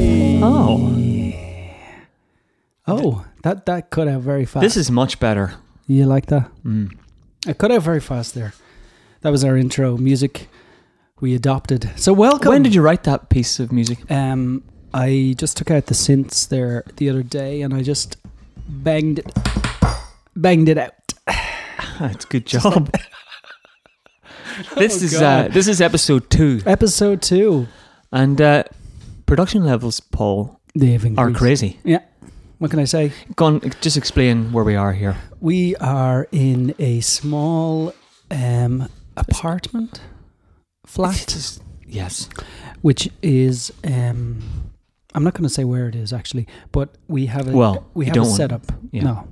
Oh. Oh, that, that cut out very fast. This is Mm. much better. you like that? It cut out very fast there. That was our intro music we adopted. So welcome. When did you write that piece of music? Um, I just took out the synths there the other day, and I just banged it, banged it out. It's good job. this Oh, is uh, God. this is episode two, Episode two. and uh, production levels, Paul, They've are increased. crazy. What can I say? Go on, just explain where we are here. We are in a small um, apartment flat, Just- yes, which is. Um, I'm not going to say where it is actually, but we have a Well, you we have a don't want- setup. yeah. No,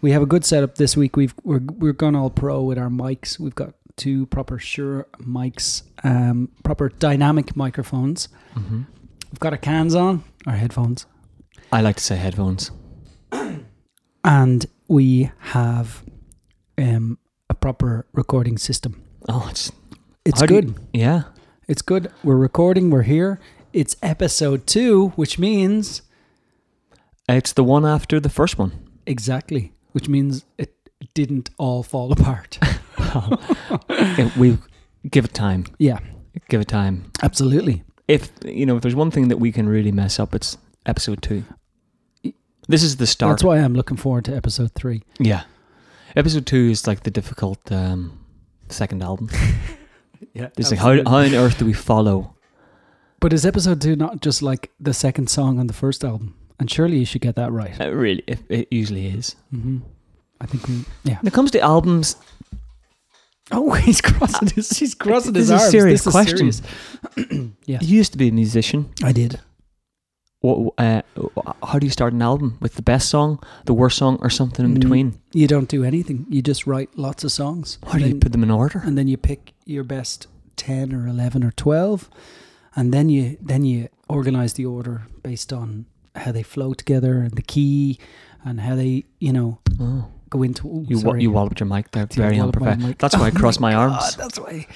we have a good setup this week. We've we're we're gone all pro with our mics. We've got two proper Shure mics, um, proper dynamic microphones. Mhm. We've got our cans on, our headphones, I like to say headphones. and we have um, a proper recording system. Oh, it's It's How do you- good. yeah. It's good. We're recording. We're here. It's episode two, which means It's the one after the first one. exactly, which means it didn't all fall apart. Yeah, we give it time. yeah, Give it time. absolutely. If you know, if there's one thing that we can really mess up, it's episode two. This is the start. That's why I'm looking forward to episode three. Yeah. Episode two is like the difficult um, second album. Yeah, It's like, how, how on earth do we follow? But is episode two not just like the second song on the first album? And surely you should get that right. It really, it, it usually is. hmm I think we, yeah. When it comes to albums, Oh, he's crossing his, he's crossing this his is a arms. serious this is question. serious. Yeah. you used to be a musician. I did. What, uh, how do you start an album? With the best song, the worst song, or something in Mm. between? You don't do anything. You just write lots of songs. How do you Then- put them in order? and then you pick your best 10 or 11 or 12 and then you then you organize the order based on how they flow together and the key and how they you know Oh, go into oh, you, wa- sorry. you walloped your mic there. See, I Very walloped my unprofessional. mic. That's why I Oh my crossed my, God, arms. that's why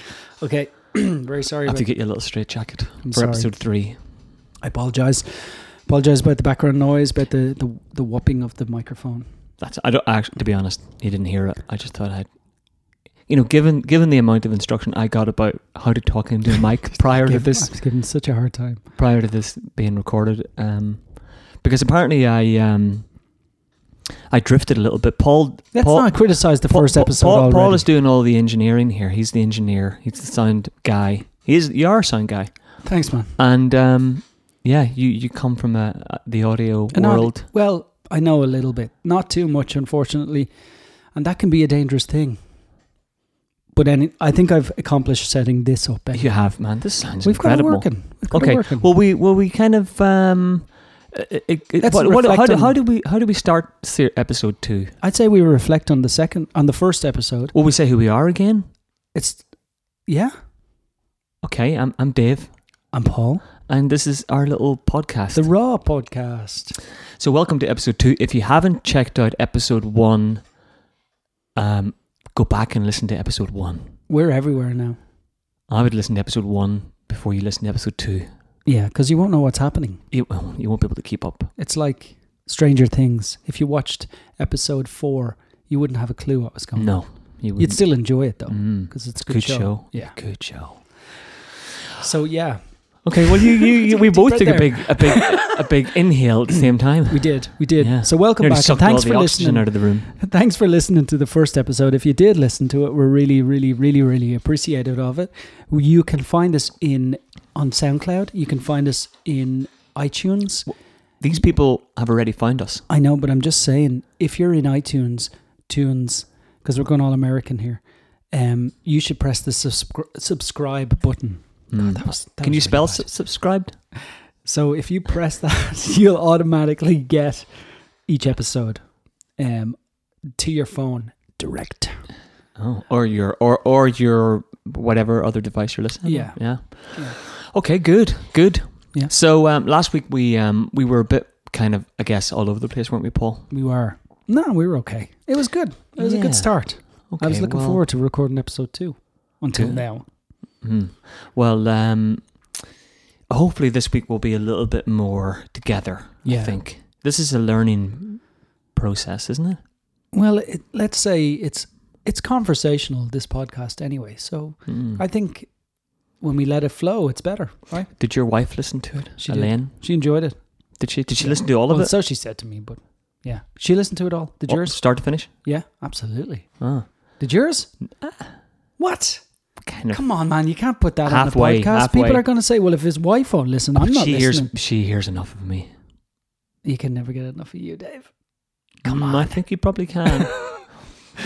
okay very sorry I have about to get you a little straight jacket I'm for sorry. episode three. I apologize apologize about the background noise about the the, the whopping of the microphone That's I don't actually to be honest, you didn't hear it. I just thought I'd you know, given given the amount of instruction I got about how to talk into a mic prior to Give- this I was given such a hard time prior to this being recorded, um because apparently I um I drifted a little bit. Paul let's Paul, not criticize the Paul- first Paul- episode Paul, already. Paul is doing all the engineering here. He's the engineer. He's the sound guy. He is you are a sound guy. thanks man And um yeah, you you come from uh the audio An audi- world. Well, I know a little bit, not too much, unfortunately, and that can be a dangerous thing. But any, I think I've accomplished setting this up. anyway. you have, man. This sounds We've got it incredible. working. We've got Okay, it working. Well, we well we kind of um, it, it- it, Let's what, what, how, reflect do, on- how do we how do we start se- episode two? I'd say we reflect on the second, on the first episode. Will we say who we are again? It's yeah. Okay, I'm I'm Dave, I'm Paul. and this is our little podcast. The Raw Podcast. so welcome to episode two. If you haven't checked out episode one, um, go back and listen to episode one. We're everywhere now. I would listen to episode one before you listen to episode two. Yeah, because you won't know what's happening. You well, you won't be able to keep up. It's like Stranger Things. If you watched episode four, you wouldn't have a clue what was going on. No, you Oh. You'd wouldn't. still enjoy it though, Mm, because it's a good, good, show. Yeah. good show. So yeah, Okay, well, you, you, you we Deep both breath took a there. big a big a big inhale at the same time. We did. We did. Yeah. So welcome Nearly back. and sucked all Thanks the for oxygen listening. out of the room. Thanks for listening to the first episode. If you did listen to it, we're really, really, really, really appreciative of it. You can find us in on SoundCloud. You can find us in iTunes. These people have already found us. I know, but I'm just saying, if you're in iTunes, tunes, because we're going all American here, um, you should press the subscri- subscribe button. Mm. Oh, That was- that Can was you really spell bad. su- subscribed? So if you press that, you'll automatically get each episode um, to your phone direct. Oh, or your or or your whatever other device you're listening. on. Yeah. yeah. Yeah. Okay, good, good. Yeah. So um, last week we um, we were a bit kind of I guess all over the place, weren't we, Paul? We were. No, we were okay. It was good. It was a Yeah. good start. I was Okay, looking well- forward to recording episode two until Good. now. Hmm. Well, um, hopefully this week will be a little bit more together. I Yeah. think this is a learning process, isn't it? Well, it, let's say it's it's conversational this podcast anyway. So Hmm. I think when we let it flow, it's better, right? Did your wife listen to it, She did. Oh, Elaine? She enjoyed it. Did. she? Did she listen to all of well, it, so she said to me, but yeah, she listened to it all. Did Oh, yours? start to finish? Yeah, absolutely. Oh, Did yours? uh. What? kind of. Come on, man! You can't put that on Halfway, the podcast. halfway. People are going to say, "Well, if his wife won't listen, I'm But not she listening." hears. She hears enough of me. You can never get enough of you, Dave. Come Mm, I on. think you probably can.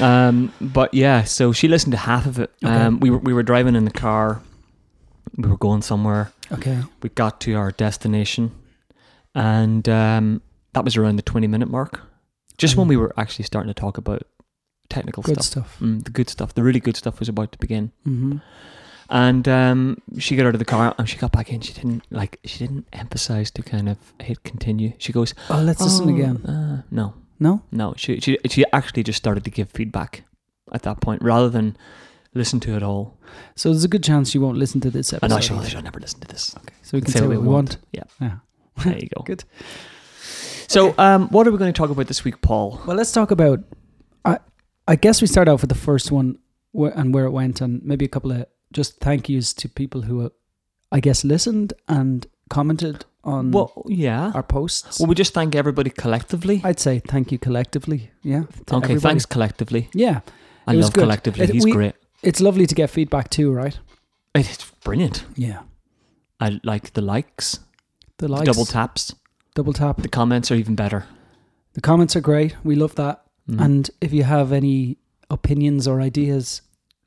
um, but yeah, so she listened to half of it. Okay. Um, we were we were driving in the car. We were going somewhere. Okay. We got to our destination, and um, that was around the twenty minute mark. Just when Mm. we were actually starting to talk about technical Good stuff, stuff. Mm, the good stuff, the really good stuff was about to begin. Mm-hmm. And um, she got out of the car and she got back in. She didn't like. She didn't emphasize to kind of hit continue. She goes, Oh, let's listen "Oh, again. Uh, no, No. no, she she she actually just started to give feedback at that point rather than listen to it all. So there's a good chance you won't listen to this And episode. I shall, I shall never listen to this. Okay. So we can say, what we want. Yeah, Yeah. there you go. Good. So, Okay. um, what are we going to talk about this week, Paul? Well, let's talk about. I I guess we start off with the first one where, and where it went, and maybe a couple of just thank yous to people who, uh, I guess, listened and commented on Well, yeah. our posts. Well, we just thank everybody collectively. I'd say thank you collectively. Yeah. to okay, everybody. thanks collectively. Yeah, I It was love good. collectively. It- He's we- great. it's lovely to get feedback too, right? It, it's brilliant. Yeah. I like the likes, The the likes, double taps. double tap. The comments are even better. The comments are great. We love that. Mm. And if you have any opinions or ideas,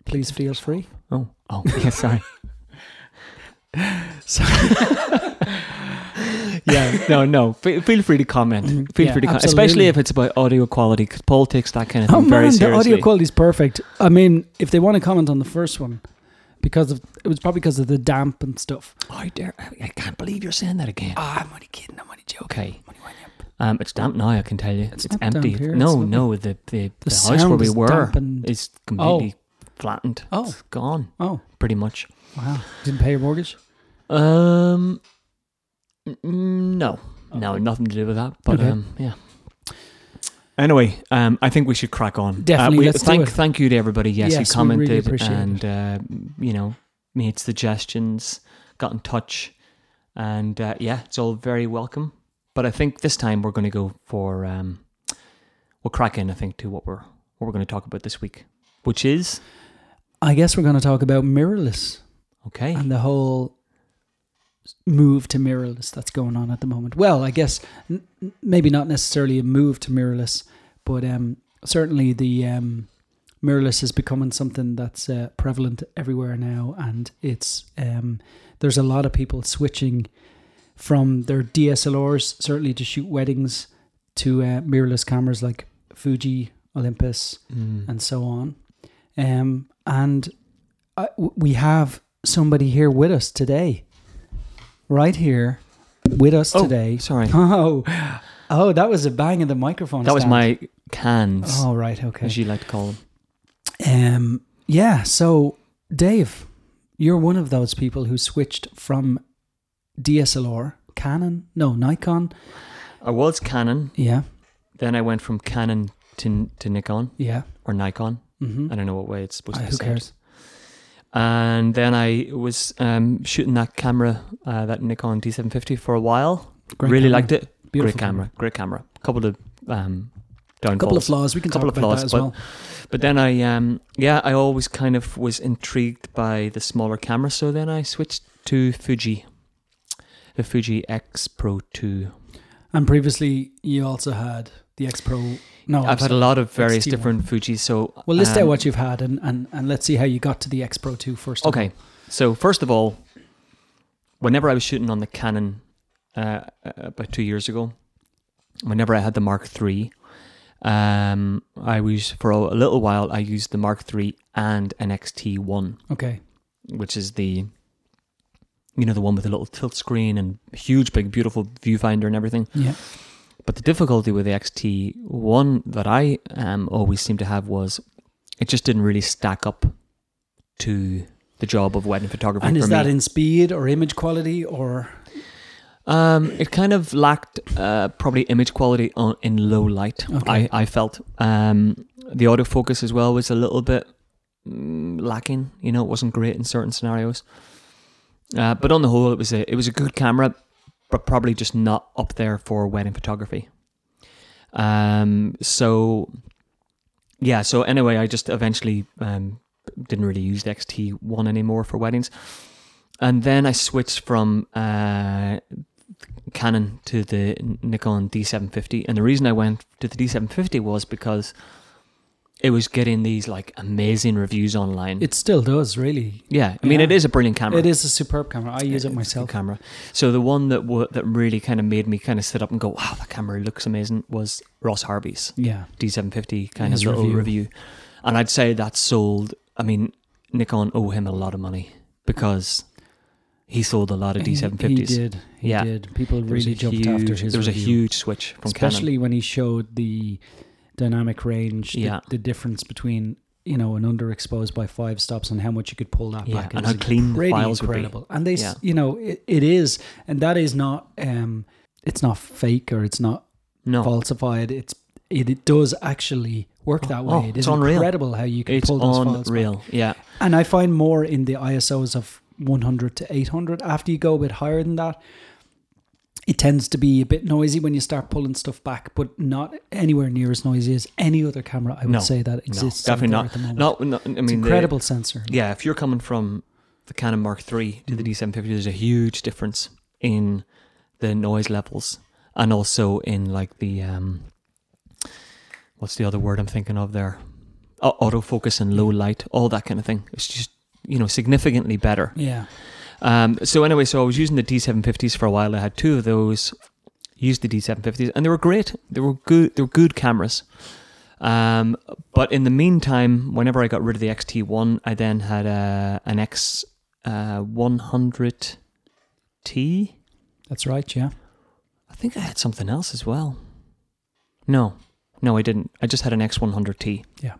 please feel free. oh, oh, yeah, sorry. yeah, no, no. Fe- feel free to comment. Mhm. Feel Yeah, free to comment, absolutely. especially if it's about audio quality, because Paul takes that kind of thing Oh very man, the seriously. audio quality's perfect. I mean, if they want to comment on the first one, because of it was probably because of the damp and stuff. I dare, I I can't believe you're saying that again. Ah, I'm only kidding. I'm only joking. Okay, I'm only winding up. um, it's damp now. I can tell you, it's, It's not damp empty. here, it's no, lovely. no, the the, The the, house where sound we is were dampened. is completely flattened. Oh. it's gone Oh pretty much. wow! Didn't pay your mortgage. Um, mm, no, no, Okay. nothing to do with that. But Okay. um, yeah. Anyway, um, I think we should crack on. Uh, Definitely, we, let's do thank it. thank you to everybody. Yes, Yes, who we really commented and appreciate uh, you know made suggestions, got in touch, and uh, yeah, it's all very welcome. But I think this time we're going to go for um, we'll crack in. I think to what we're what we're going to talk about this week, which is I guess we're going to talk about mirrorless okay. and the whole move to mirrorless that's going on at the moment. Well, I guess n- n- maybe not necessarily a move to mirrorless, but um, certainly the um, mirrorless is becoming something that's uh, prevalent everywhere now, and it's um, there's a lot of people switching from their DSLRs certainly to shoot weddings to uh, mirrorless cameras like Fuji, Olympus, Mm. and so on. Um, and I, w- we have somebody here with us today, right here with us Oh, today. sorry, Oh, oh, that was a bang of the microphone. that was stand. my cans. Oh, right, as okay. you like to call them. Um, yeah. So, Dave, you're one of those people who switched from DSLR, Canon, no Nikon. I was Canon, Yeah, then I went from Canon to to Nikon yeah. or Nikon. Mm-hmm. I don't know what way it's supposed Uh, to be who said. cares? And then I was um, shooting that camera, uh, that Nikon D750, for a while. really liked it. great camera, great camera. Couple of um, A couple downfalls, of flaws. We can Couple talk of about flaws, that as but- well. but then I, um, yeah, I always kind of was intrigued by the smaller camera. So then I switched to Fuji, the Fuji X Pro Two. And previously, you also had the X Pro. No, I've had a lot of various XT1. different Fujis. So Well, list um, out what you've had, and, and and let's see how you got to the X Pro Two first. of Okay, so first of all, whenever I was shooting on the Canon uh, about two years ago, whenever I had the Mark III, um, I was for a little while I used the Mark III and an XT1, all. Okay. which is the you know, the one with the little tilt screen and huge, big, beautiful viewfinder and everything. Yeah. But the difficulty with the XT one that I um, always seemed to have was it just didn't really stack up to the job of wedding photography. And for is me. that in speed or image quality or Um, it kind of lacked uh, probably image quality on, in low light. Okay. I, I felt um, the autofocus as well was a little bit mm, lacking. You know, it wasn't great in certain scenarios. Uh, but on the whole, it was a it was a good camera, but probably just not up there for wedding photography. Um, so yeah. So anyway, I just eventually um, didn't really use the XT one anymore for weddings. And then I switched from uh, Canon to the Nikon D750. And the reason I went to the D750 was because it was getting these like amazing reviews online. it still does really. yeah, I mean, Yeah. it is a brilliant camera. It is a superb camera. I use it It's a myself. Camera. So the one that wa that really kind of made me kind of sit up and go, "Wow, that camera looks amazing." Was Ross Harvey's Yeah. D750 kind His of little review. review. and I'd say that sold. I mean, Nikon owe him a lot of money because he sold a lot of He- D750s. He did. He Yeah. did. People There was really a jumped huge, after his There was review. a huge switch from especially when he showed the dynamic range, the, Yeah. the difference between you know an underexposed by five stops and how much you could pull that Canon. Yeah, back. It and how was clean the pretty files would be. incredible, and they, s- Yeah. you know, it, it is, and that is not, um, it's not fake or it's not No, falsified. It's it, it does actually work that way. oh, it it's is unreal. incredible how you can it's pull those files. back. unreal. Yeah, And I find more in the ISOs of 100 to 800. After you go a bit higher than that, it tends to be a bit noisy when you start pulling stuff back, but not anywhere near as noisy as any other camera. I would No, say that no, exists. out definitely there not. At the moment. not, not. I mean, it's the- incredible sensor. yeah, if you're coming from the Canon Mark III to the D750, there's a huge difference in the noise levels and also in like the um, what's the other word I'm thinking of there? Au- Autofocus and low light, all that kind of thing. It's just you know significantly better. Yeah, Um, so anyway, so I was using the D750s for a while. I had two of those. Used the D750s, and they were great. They were good. They were good cameras. Um, but in the meantime, whenever I got rid of the XT1, I then had a, an X uh, 100T. I that's right. Yeah, think I had something else as well. No, no, I didn't. I just had an X100T. Yeah.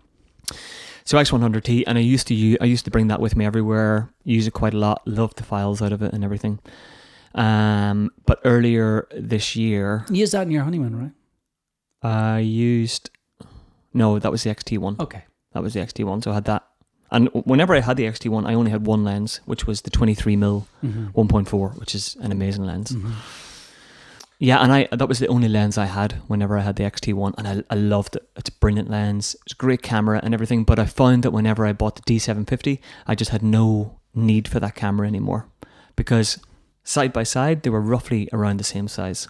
So X100T, and I used to u- I used to bring that with me everywhere. Use it quite a lot. Loved the files out of it and everything. Um, but earlier this year, you use that in your honeymoon, right? I used no, that was the XT1. Okay. That was the XT1, so I had that. And whenever I had the XT1, I only had one lens, which was the 23mm Mhm. 1.4, which is an amazing lens. Mhm. Yeah, and I that was the only lens I had whenever I had the XT1, and I, I loved it. It's a brilliant lens, it's a great camera and everything, but I found that whenever I bought the D750, I just had no need for that camera anymore because side by side, they were roughly around the same size.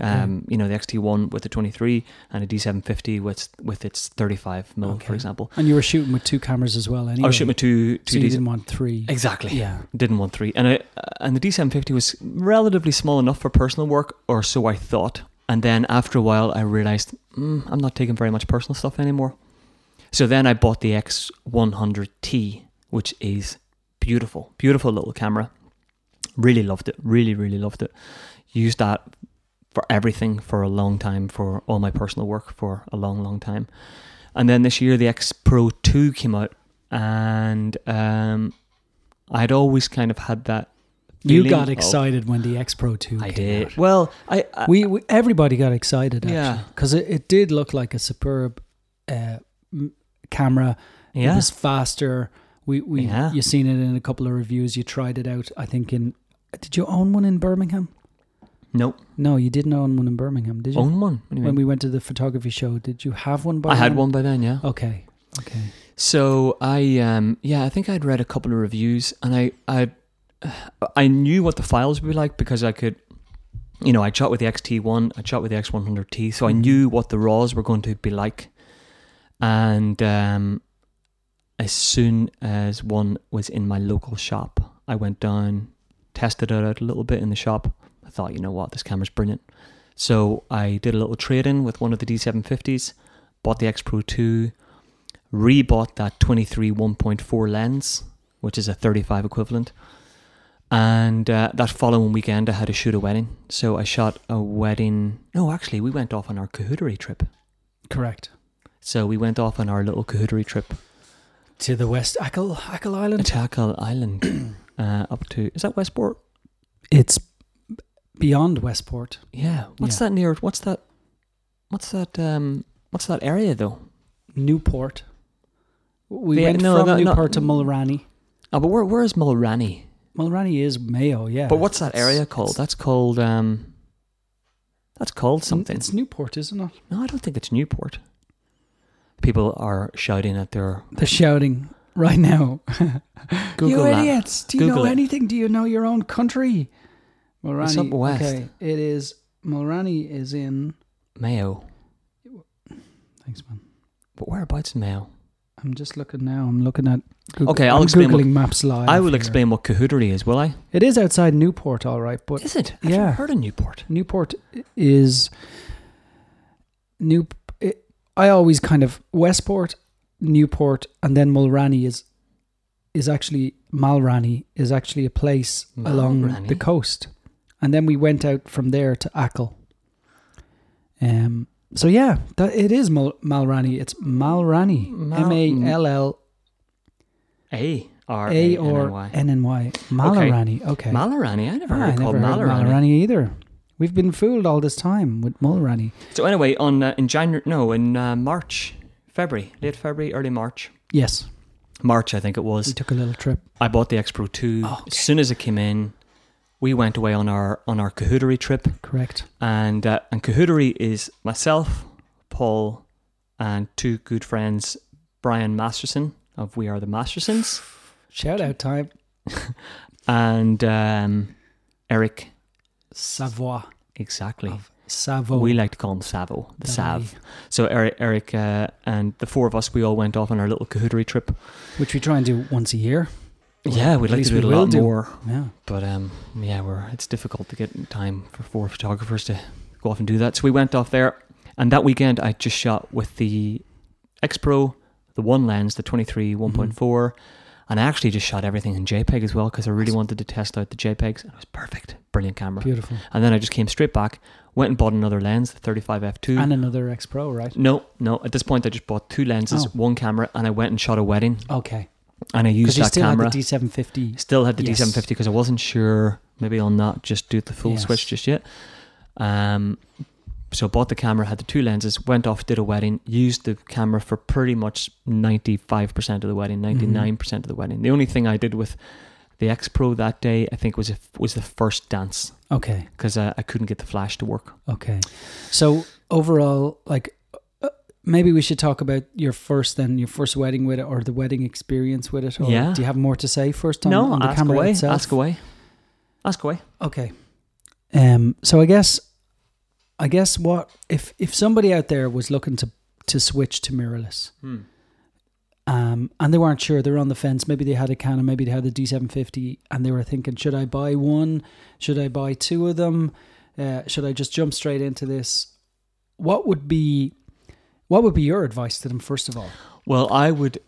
Um, You know, the XT1 with the 23 and a D750 with, with its 35 mm Okay. for example. And you were shooting with two cameras as well. Anyway, I was shooting with two, so two you Ds. didn't want three. Exactly. Yeah, Didn't want three. And I, uh, and the D750 was relatively small enough for personal work, or so I thought. And then after a while, I realized mm, I'm not taking very much personal stuff anymore. So then I bought the X100T, which is beautiful, beautiful little camera. Really loved it. Really, really loved it. Used that for everything for a long time, for all my personal work for a long, long time. And then this year, the X Pro 2 came out, and um, I'd always kind of had that. you feeling got of- excited when the X Pro Two. Oh. I came did. out. Well, I, I we, we everybody got excited actually Uh, Yeah. because it, it did look like a superb uh, m- camera it yeah, was faster we we Yeah. you seen it in a couple of reviews you tried it out i think in did you own one in birmingham no no you didn't own one in birmingham did you own one. What do you mean? when we went to the photography show did you have one by I had then? one by then, yeah. okay okay So I um yeah, I think I'd read a couple of reviews and I I I knew what the files would be like because I could you know, I shot with the XT1, I shot with the X100T, so I Mhm. knew what the raws were going to be like. And um as soon as one was in my local shop, I went down, tested it out a little bit in the shop. I thought, you know what, this camera's brilliant. So I did a little trade in with one of the D750s, bought the X Pro 2, rebought that 23 1.4 lens, which is a 35 equivalent, And uh, that following weekend, I had to shoot a wedding. So I shot a wedding. No, actually, we went off on our cahootery trip. Correct. So we went off on our little cahootery trip To the West Ackle Ackle Island. to Ackle Island, uh, up to is that Westport? It's beyond Westport. Yeah. What's Yeah. that near? What's that? What's that? Um, what's that area though? Newport. We Yeah, went no, from no, no. Newport to Mulrani. Oh, but where where is Mulrani? Mulrani is Mayo, yeah. but what's that It's- area called? it's- That's called um, that's called something. It's Newport, isn't it? no, I don't think it's Newport. People are shouting at their They're shouting right now. Google you that. idiots! Do you Google know it. anything? Do you know your own country? Mulrani. up west. Okay, it is. Mulrani is in. Mayo. Thanks, man. But whereabouts in Mayo? I'm just looking now. I'm looking at. Google, Okay, I'll I'm explain what- Googling maps live. I will here. explain what Cahootery is, will I? It is outside Newport, all right, but Is it? I've Yeah. never heard of Newport. Newport is New. It, I always kind of Westport, Newport, and then Mulrani is is actually Malrani is actually a place along Mulrani? the coast, and then we went out from there to Ackle. Um. So yeah, that it is Mal, Malrani. It's Malrani. Mal- M a l l A R a A or N n n y. Malrani. Okay. Malarani. I never Ah, heard I it called never heard Malarani. Malrani either. We've been fooled all this time with Mulrani. So anyway, on uh, in January, no, in uh, March, February, late February, early March, Yes. March I think it We was. took a little trip. I bought the X Pro Two. Oh, okay. As soon as it came in, we went away on our on our Cahootery trip, Correct. and uh, and Cahootery is myself, Paul, and two good friends, Brian Masterson of We Are the Mastersons, Shout out time. and um, Eric. Savoy. Exactly. Of Savo. We like to call him Savo, the Sav. Dali, So Eric, Eric uh, and the four of us, we all went off on our little cahootery trip. Which we try and do once a year. Well, yeah, we'd like at to least do we it a will lot do. more, Yeah. but um, yeah, we're it's difficult to get time for four photographers to go off and do that. So we went off there, and that weekend I just shot with the X Pro, the one lens, the twenty Mhm. 1.4, and I actually just shot everything in JPEG as well because I really wanted to test out the JPEGs. And it was perfect, brilliant camera. Beautiful. And then I just came straight back, went and bought another lens, the 35 f2. And another X Pro, right? No, no. At this point, I just bought two lenses, Oh. one camera, and I went and shot a wedding. Okay. And I Because used you that still camera. had the D750. still had the Yes. D750 because I wasn't sure. Maybe I'll not just do the full Yes. switch just yet. Um, so bought the camera, had the two lenses, went off, did a wedding, used the camera for pretty much ninety five percent of the wedding, Mm-hmm. ninety nine percent of the wedding. The only thing I did with the X Pro that day, I think, was if, was the first dance Okay. because I, I couldn't get the flash to work. Okay. So overall, like, uh, maybe we should talk about your first then your first wedding with it or the wedding experience with it. Or Yeah. Do you have more to say first on, No, on the ask camera away, itself? ask away, ask away. Okay. Um. So I guess, I guess what if if somebody out there was looking to to switch to mirrorless, Hmm. um, and they weren't sure, they were on the fence. Maybe they had a Canon, maybe they had the D750, and they were thinking, should I buy one? Should I buy two of them? Uh, should I just jump straight into this? What would be, what would be your advice to them first of all? Well, I would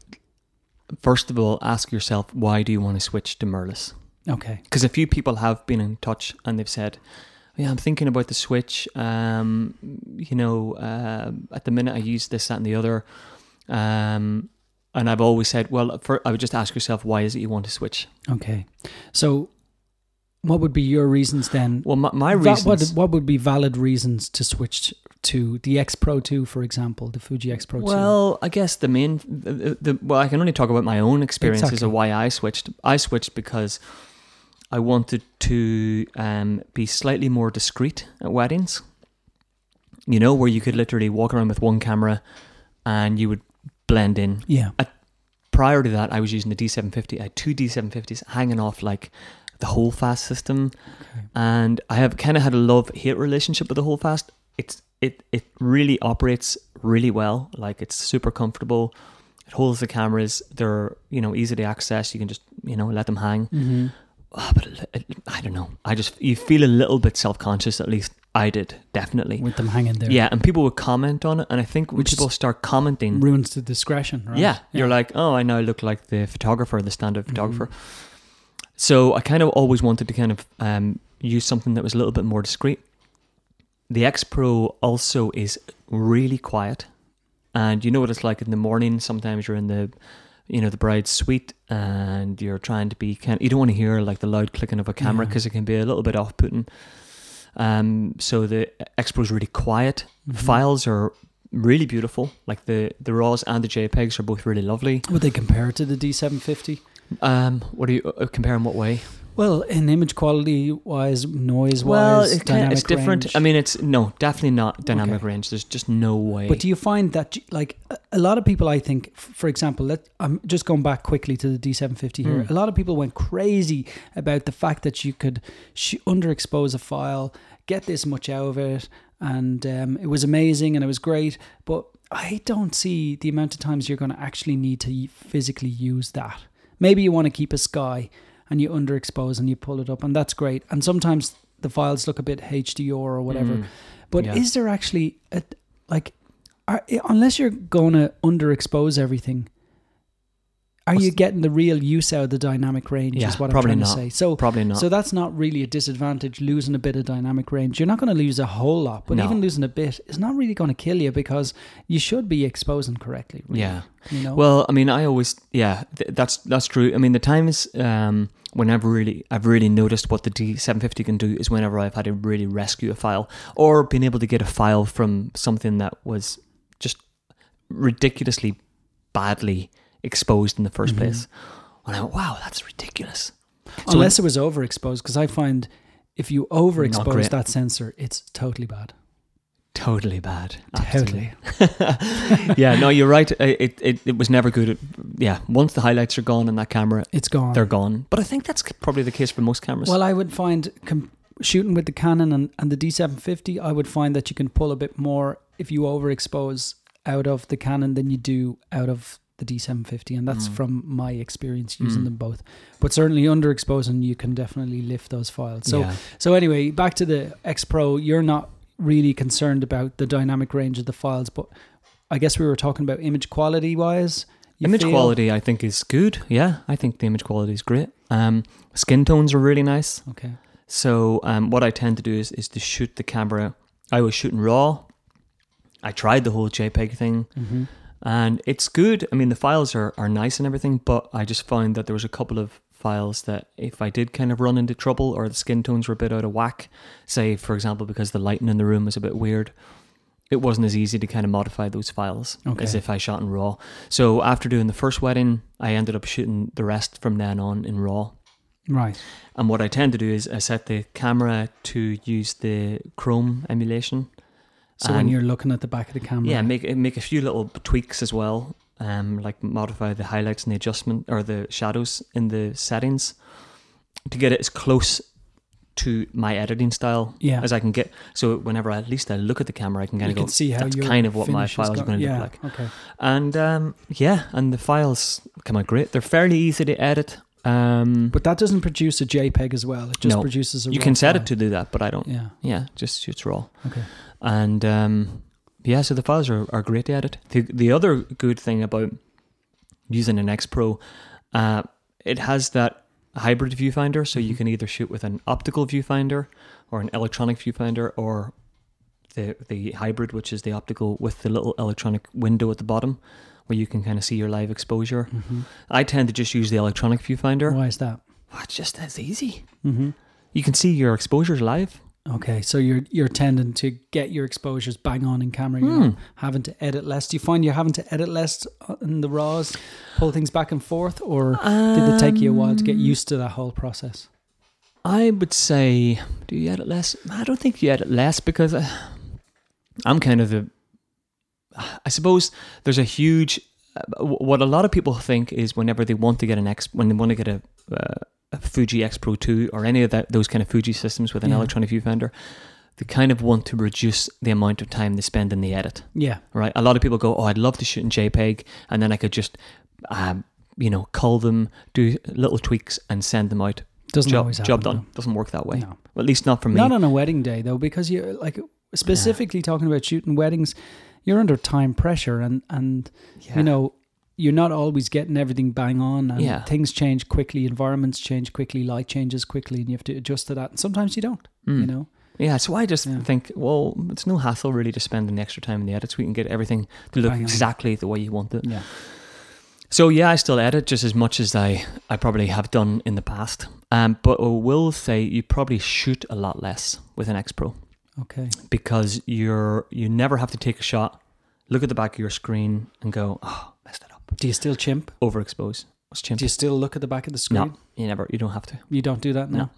first of all ask yourself why do you want to switch to mirrorless? Okay. Because a few people have been in touch and they've said, "Oh, "Yeah, I'm thinking about the switch. Um, you know, uh, at the minute I use this, that, and the other." Um, and I've always said, "Well, for, I would just ask yourself why is it you want to switch?" Okay. So, what would be your reasons then? Well, my, my Va- reasons. What, what would be valid reasons to switch to the X Pro 2, for example, the Fuji X Pro 2? Well, I guess the main, the, the, well, I can only talk about my own experiences Exactly. of why I switched. I switched because I wanted to um, be slightly more discreet at weddings. You know, where you could literally walk around with one camera, and you would blend in. yeah. Prior to that, I was using the D750. I had two D750s hanging off like the Holdfast system, Okay. and I have kind of had a love hate relationship with the Holdfast. It's it it really operates really well. Like it's super comfortable. It holds the cameras. They're you know easy to access. You can just you know let them hang. Mm-hmm. Ah, but it, it- I don't know. I just you feel a little bit self conscious. At least I did definitely. With them hanging there. Yeah, and people would comment on it, and I think when Which is- people start commenting, Ruins the discretion, right? Mm-hmm. yeah, you're like, oh, I now look like the photographer, the stand-up photographer. So I kind of always wanted to kind of um, use something that was a little bit more discreet. The X Pro also is really quiet, and you know what it's like in the morning. Sometimes you're in the, you know, the bride's suite, and you're trying to be. Kind you don't want to hear like the loud clicking of a camera Yeah. because it can be a little bit off-putting. Um, so the X Pro is really quiet. Mhm. Files are really beautiful. Like the the RAWs and the JPEGs are both really lovely. Would they compare it to the D750? Um, what do you uh, compare in what way? Well, in image quality wise, noise well, wise, it kinda- dynamic it's different. range. I mean, it's no, definitely not dynamic Okay. range. There's just no way. But do you find that, like, a- a lot of people, I think, f- for example, let I'm just going back quickly to the D750 here. Mm. A lot of people went crazy about the fact that you could sh- underexpose a file, get this much out of it, and um, it was amazing and it was great. But I don't see the amount of times you're going to actually need to y- physically use that. Maybe you want to keep a sky and you underexpose and you pull it up, and that's great. And sometimes the files look a bit HDR or whatever. Mm. But Yeah. is there actually a, like, are, unless you're going to underexpose everything, are What's you the- getting the real use out of the dynamic range? Yeah, is what I'm probably trying not. to say. So, Probably not. so that's not really a disadvantage. Losing a bit of dynamic range, you're not going to lose a whole lot, but No. even losing a bit is not really going to kill you because you should be exposing correctly. Really, yeah. You know. Oh. Well, I mean, I always yeah, th- that's that's true. I mean, the times um, when I've really I've really noticed what the D750 can do is whenever I've had to really rescue a file or been able to get a file from something that was just ridiculously badly exposed in the 1st Mhm. place. And I went, wow, that's ridiculous. So unless it was overexposed, because I find if you overexpose great. that sensor, it's totally bad. Totally bad. Totally. yeah, no, you're right. I- It, it it was never good. At, yeah, once the highlights are gone in that camera, It's gone. they're gone. But I think that's probably the case for most cameras. Well, I would find com- shooting with the Canon and, and the D750, I would find that you can pull a bit more if you overexpose out of the Canon than you do out of the D750. And that's Mm. from my experience using Mm. them both. But certainly underexposing, you can definitely lift those files. So, Yeah. so anyway, back to the X Pro, you're not really concerned about the dynamic range of the files, but I guess we were talking about image quality wise. you image feel- quality, I think, is good. Yeah, I think the image quality is great. Um, skin tones are really nice. Okay. So um, what I tend to do is is to shoot the camera. I was shooting raw. I tried the whole JPEG thing, Mm-hmm. and it's good. I mean, the files are are nice and everything, but I just found that there was a couple of files that if I did kind of run into trouble or the skin tones were a bit out of whack, say for example because the lighting in the room was a bit weird, it wasn't as easy to kind of modify those files Okay. as if I shot in RAW. So after doing the first wedding, I ended up shooting the rest from then on in RAW. Right. And what I tend to do is I set the camera to use the Chrome emulation. So when And- you're looking at the back of the camera, Yeah, make make a few little tweaks as well. Um, like modify the highlights and the adjustment or the shadows in the settings to get it as close to my editing style yeah. as I can get. So whenever I, at least I look at the camera, I can kind you of go. can see how "That's your kind of what my finish files are go- gonna look yeah, like." Okay. And um, yeah, and the files come out great. They're fairly easy to edit. Um, But that doesn't produce a JPEG as well. It just No. produces a. you raw can set file. it to do that, but I don't. Yeah. Yeah, just shoots raw. Okay. and um, yeah, so the files are, are great to edit. The, the other good thing about using an X Pro, uh, it has that hybrid viewfinder, so you can either shoot with an optical viewfinder or an electronic viewfinder, or the the hybrid, which is the optical with the little electronic window at the bottom, where you can kind of see your live exposure. hmm I tend to just use the electronic viewfinder. Why is that? Oh, it's just as easy. hmm You can see your exposures live. Okay, so you're you're tending to get your exposures bang on in camera. You're not Hmm. having to edit less. Do you find you're having to edit less uh, in the raws, pull things back and forth, or did it take you a while to get Um, used to that whole process? I would say, do you edit less? I don't think you edit less because I, I'm kind of the. I suppose there's a huge. uh, What a lot of people think is whenever they want to get an X, when they want to get a, uh, a Fuji X Pro 2 or any of that, those kind of Fuji systems with an Yeah. electronic viewfinder, they kind of want to reduce the amount of time they spend in the edit Yeah. right? A lot of people go, "Oh, I'd love to shoot in JPEG, and then I could just, um, you know, cull them, do little tweaks, and send them out." Doesn't job, always happen. job done. Doesn't work that though. way. No. Well, at least not for me. Not on a wedding day though, because you like specifically talking about shooting weddings, you're under time pressure and and Yeah. you know you're not always getting everything bang on and Yeah. things change quickly environments change quickly light changes quickly and you have to adjust to that and sometimes you don't you Mm. know Yeah, so I just Yeah. think, well, it's no hassle really to spend an extra time in the edits. We can get everything to look Bang on. exactly the way you want it. yeah So yeah, I still edit just as much as I, I probably have done in the past. Um, but I will say you probably shoot a lot less with an X Pro okay because you're you never have to take a shot, look at the back of your screen and go, oh, messed it up, do you still chimp overexpose. What's chimp? do you still look at the back of the screen No, you never, you don't have to. you don't do that No. now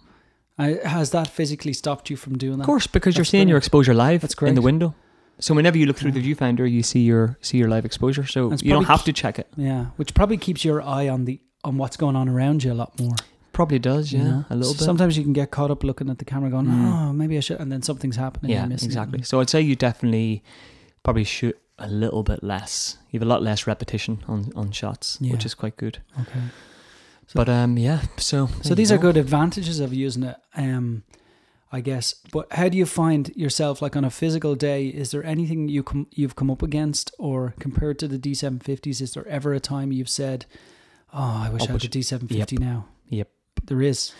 I, has that physically stopped you from doing that Of course, because you're That's seeing your exposure live That's in the great. window. So whenever you look through Yeah. the viewfinder, you see your see your live exposure. So That's you don't probably have to check it. yeah which probably keeps your eye on the on what's going on around you a lot more Probably does, you yeah, know? a little bit. sometimes you can get caught up looking at the camera going Mm. oh maybe i should and then something's happening yeah, you're missing it. exactly. So I'd say you definitely probably shoot a little bit less. You have a lot less repetition on on shots, which Yeah. is quite good. okay But um, yeah. So So there these you are good advantages of using it, um, I guess. But how do you find yourself, like on a physical day? Is there anything you com- you've come up against, or compared to the D750s, is there ever a time you've said, "Oh, I wish Oh, I had but- the D750 now"? Yep. there is.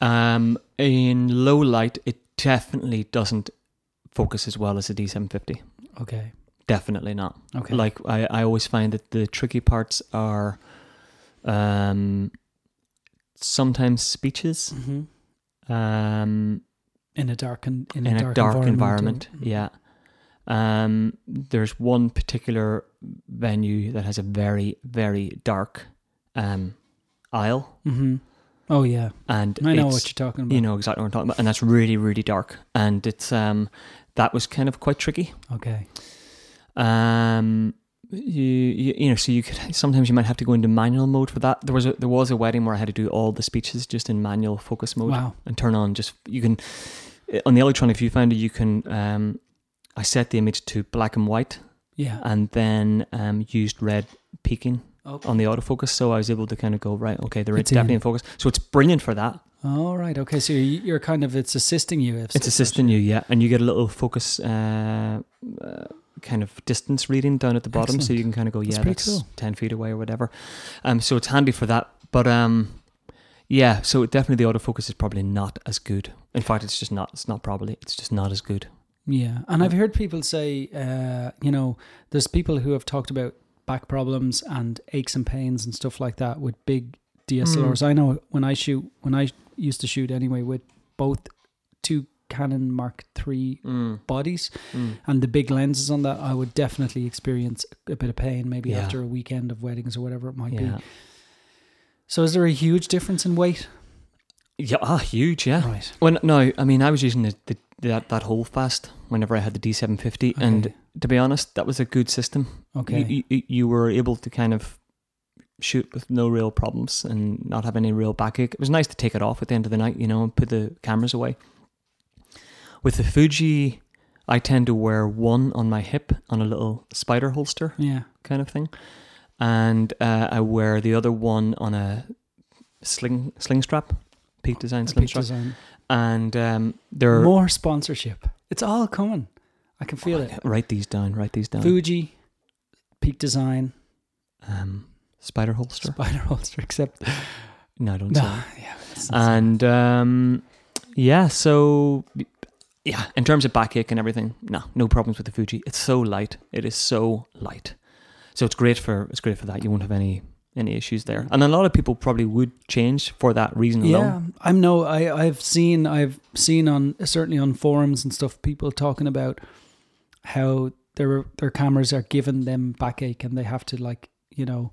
Um, in low light, it definitely doesn't focus as well as the D750. Okay, Definitely not. okay, Like I, I always find that the tricky parts are, um, sometimes speeches. Mhm. Um, in a dark and in, in a dark, environment. or- Yeah. Um, there's one particular venue that has a very, very dark um, aisle, Mhm. Oh yeah, and I know it's- what you're talking about. you know exactly what I'm talking about, and that's really, really dark, and it's um, that was kind of quite tricky. okay, Um, you, you you know, so you could sometimes you might have to go into manual mode for that. There was a, there was a wedding where I had to do all the speeches just in manual focus mode wow, and turn on just you can eh, on the electronic viewfinder you can um i set the image to black and white yeah, and then um used red peaking okay. on the autofocus so i was able to kind of go right okay they're It's definitely in. in focus so it's brilliant for that all right, okay. So you're, you're kind of it's assisting you. If it's assisting you yeah and you get a little focus uh, uh kind of distance reading down at the bottom so Excellent. you can kind of go That's yeah pretty that's cool. 10 feet away or whatever um so it's handy for that but um yeah so definitely the autofocus is probably not as good in fact it's just not it's not probably it's just not as good Yeah, and I've heard people say, uh, you know, there's people who have talked about back problems and aches and pains and stuff like that with big DSLRs. I know when I shoot, when I used to shoot anyway with both two Canon Mark III Mm, bodies mm. and the big lenses on that, I would definitely experience a bit of pain, maybe Yeah. after a weekend of weddings or whatever it might Yeah. be. So, is there a huge difference in weight? Yeah. Ah, huge. Yeah. Right. Well, no, I mean, I was using the, the that that whole fast whenever I had the D750, and Okay. to be honest, that was a good system. okay, You, you, you were able to kind of shoot with no real problems and not have any real backache. It was nice to take it off at the end of the night, you know, and put the cameras away. With the Fuji, I tend to wear one on my hip on a little spider holster yeah, kind of thing, and uh, I wear the other one on a sling sling strap, Peak Design a sling big strap, design. and um, they're more sponsorship. It's all coming. I can feel it. write these down. Write these down. Fuji, Peak Design, Um, spider holster. Spider Holster, except no, don't. no, say it. yeah, that's not- And um, yeah, so yeah, in terms of backache and everything, no, no problems with the Fuji. It's so light. It is so light. So it's great for it's great for that. You won't have any any issues there. And a lot of people probably would change for that reason alone. yeah, I'm no, I I've seen I've seen on certainly on forums and stuff people talking about how their their cameras are giving them backache and they have to like you know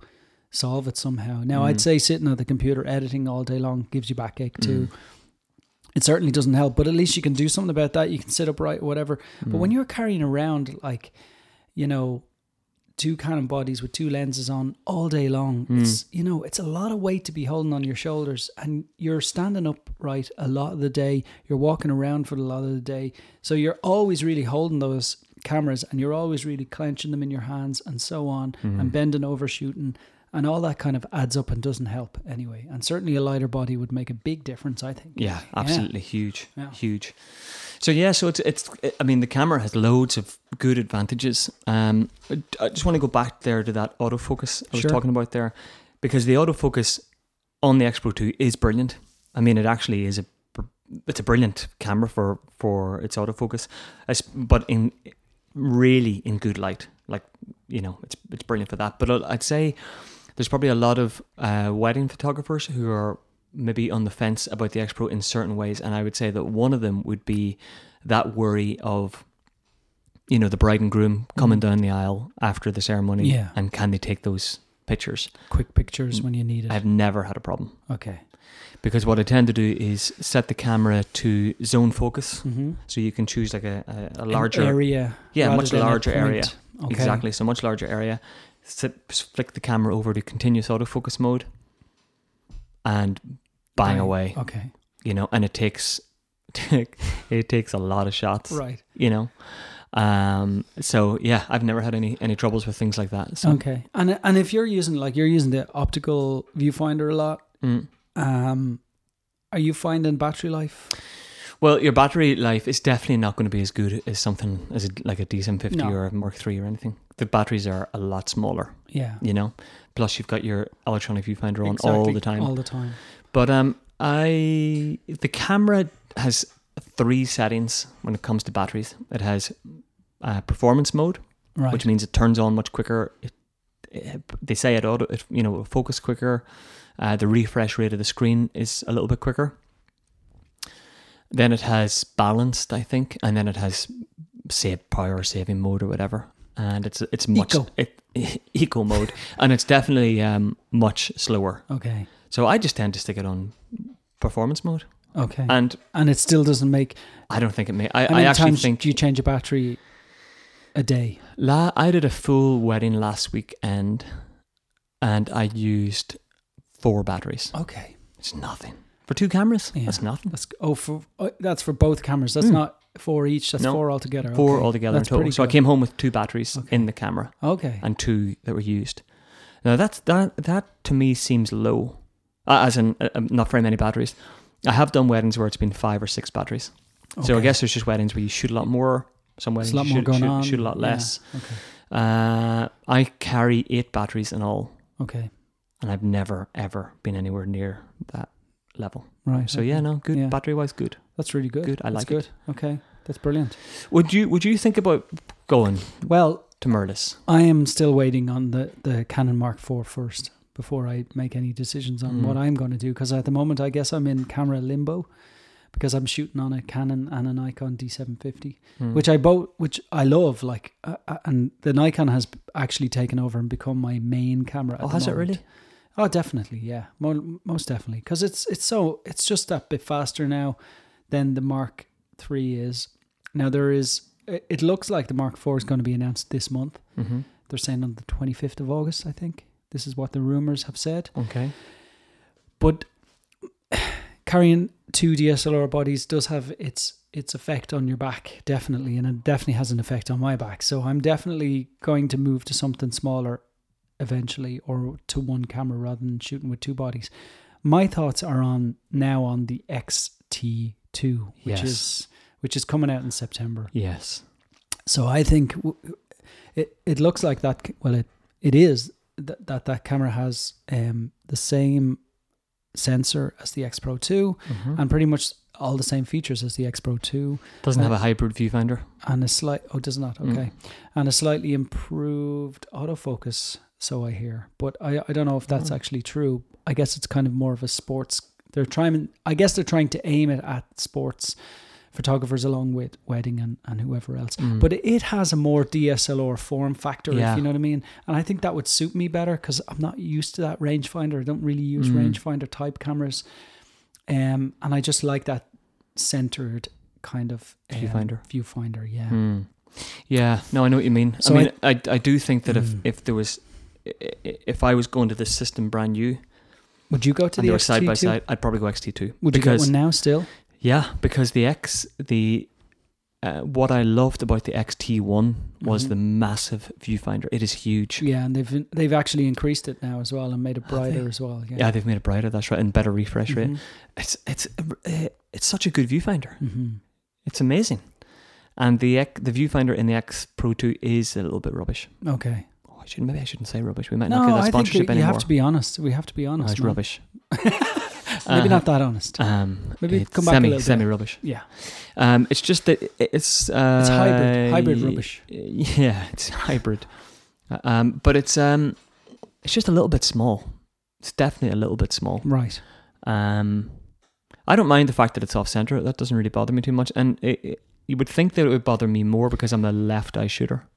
solve it somehow. Now I'd Mhm. say sitting at the computer editing all day long gives you backache too. Mm. It certainly doesn't help, but at least you can do something about that. You can sit upright, whatever. But when Mm. you're carrying around like, you know, two Canon bodies with two lenses on all day long, Mm. it's you know, it's a lot of weight to be holding on your shoulders and you're standing upright a lot of the day, you're walking around for a lot of the day. So you're always really holding those cameras and you're always really clenching them in your hands and so on Hmm. and bending over shooting and all that kind of adds up and doesn't help anyway. And certainly a lighter body would make a big difference, I think. Yeah, absolutely huge, Yeah. huge. So yeah, so it's it's. I mean, the camera has loads of good advantages. Um, I just want to go back there to that autofocus I was Sure. talking about there, because the autofocus on the X Pro Two is brilliant. I mean, it actually is a br- it's a brilliant camera for for its autofocus, It's- but in really in good light. Like you know, it's it's brilliant for that. But I'd say there's probably a lot of uh, wedding photographers who are maybe on the fence about the X Pro in certain ways, and I would say that one of them would be that worry of you know the bride and groom coming down the aisle after the ceremony, Mm-hmm. Yeah. and can they take those pictures? Quick Mm. pictures when you need it. I've never had a problem okay. because what I tend to do is set the camera to zone focus, Mm-hmm. so you can choose like a, a, a larger area. Yeah, rather much than a larger point. area. Okay. Exactly. So much larger area. Sit, flick the camera over to continuous autofocus mode and bang Bang. away, Okay. you know, and it takes it takes a lot of shots, Right. you know. Um so yeah, I've never had any any troubles with things like that. So Okay. And and if you're using like you're using the optical viewfinder a lot, mm. um, are you finding battery life? well, your battery life is definitely not going to be as good as something as a, like a DSM50 No. or a Mark 3 or anything. The batteries are a lot smaller, Yeah. you know. Plus you've got your electronic viewfinder on all Exactly. the time. All the time. But um, I the camera has three settings when it comes to batteries. It has uh, performance mode, Right. which means it turns on much quicker. It, it, they say it auto, it, you know, will focus quicker. Uh, the refresh rate of the screen is a little bit quicker. Then it has balanced, I think, and then it has save power saving mode or whatever. And it's it's much Eco. It, eco mode, and it's definitely um, much slower. okay. So I just tend to stick it on performance mode, Okay. And, and it still doesn't make. I don't think it may. I, How I many actually times think do you change a battery a day? la, I did a full wedding last weekend, and I used four batteries. Okay. It's nothing for two cameras. Yeah. That's nothing. That's oh for oh, that's for both cameras. That's Hmm. not four each. That's No. four altogether. Four okay. altogether That's in total. pretty So I good. came home with two batteries Okay. in the camera Okay. and two that were used. Now that's that that to me seems low, Uh, as in uh, um, not very many batteries. I have done weddings where it's been five or six batteries. So I Okay. guess there's just weddings where you shoot a lot more. Some weddings There's a lot you more shoot, going shoot, on. shoot a lot Yeah, less. okay. Uh, I carry eight batteries in all, Okay. and I've never ever been anywhere near that level. Right. So okay. yeah, no, good Yeah. battery wise, good, That's really good. good. I That's like good. Okay. That's brilliant. it. Would you Would you think about going Well, to Merlis? I am still waiting on the, the Canon Mark IV first before I make any decisions on Mm. what I'm going to do. Because at the moment, I guess I'm in camera limbo because I'm shooting on a Canon and a Nikon D750, Hmm. which I both, which I love. Like, uh, uh, and the Nikon has actually taken over and become my main camera. at oh, the has it moment. really? Oh, definitely, yeah, Mo- most definitely, because it's it's so it's just that bit faster now than the Mark Three is. Now there is, it it looks like the Mark Four is going to be announced this month. hmm They're saying on the twenty fifth of August, I think. This is what the rumors have said. Okay. But carrying two DSLR bodies does have its its effect on your back, definitely, and it definitely has an effect on my back. So I'm definitely going to move to something smaller eventually, or to one camera rather than shooting with two bodies. My thoughts are on now on the XT2, which Yes. is which is coming out in September. Yes. So I think w- it it looks like that. c- Well, it it is that that, that camera has um, the same sensor as the X Pro Two Mhm. and pretty much all the same features as the X Pro Two Doesn't have a hybrid viewfinder. and a slight oh it does not Mm. okay and a slightly improved autofocus. So I hear, but I I don't know if that's Mm. actually true. I guess it's kind of more of a sports. They're trying. I guess they're trying to aim it at sports photographers along with wedding and, and whoever else Mm. but it has a more DSLR form factor, Yeah. if you know what I mean. And I think that would suit me better because I'm not used to that rangefinder. I don't really use Mm. rangefinder type cameras, um, and I just like that centered kind of um, Viewfinder. Viewfinder, yeah. Hmm. Yeah, no, I know what you mean. So I mean, I, I, do think that if, Hmm. if there was, i- i- if I was going to this system brand new Would you go to and they the were XT2? side by side, I'd probably go XT2. Would you get because one now still? Yeah, because the X, the uh, what I loved about the XT1 was Mhm. the massive viewfinder. It is huge. Yeah, and they've they've actually increased it now as well and made it Have they? brighter as well. Yeah. Yeah, they've made it Mm-hmm. brighter. That's right, and better refresh rate. Mhm. It's it's uh, it's such a good viewfinder. Mhm. It's amazing. And the X- the viewfinder in the X Pro 2 is a little bit rubbish. Okay. Oh, I should maybe I shouldn't say rubbish. We might No, not get that I think you sponsorship you anymore. have to be honest. We have to be Oh, honest. it's man. rubbish. Uh, Maybe not that honest. Um, Maybe it's come back a semi, little bit. semi rubbish. Yeah. Um, it's just that it- it's uh, It's hybrid. Hybrid rubbish. Yeah, it's hybrid. Um, but it's um, it's just a little bit small. It's definitely a little bit small. Right. Um, I don't mind the fact that it's off center. That doesn't really bother me too much. And it, it- you would think that it would bother me more because I'm a left eye shooter.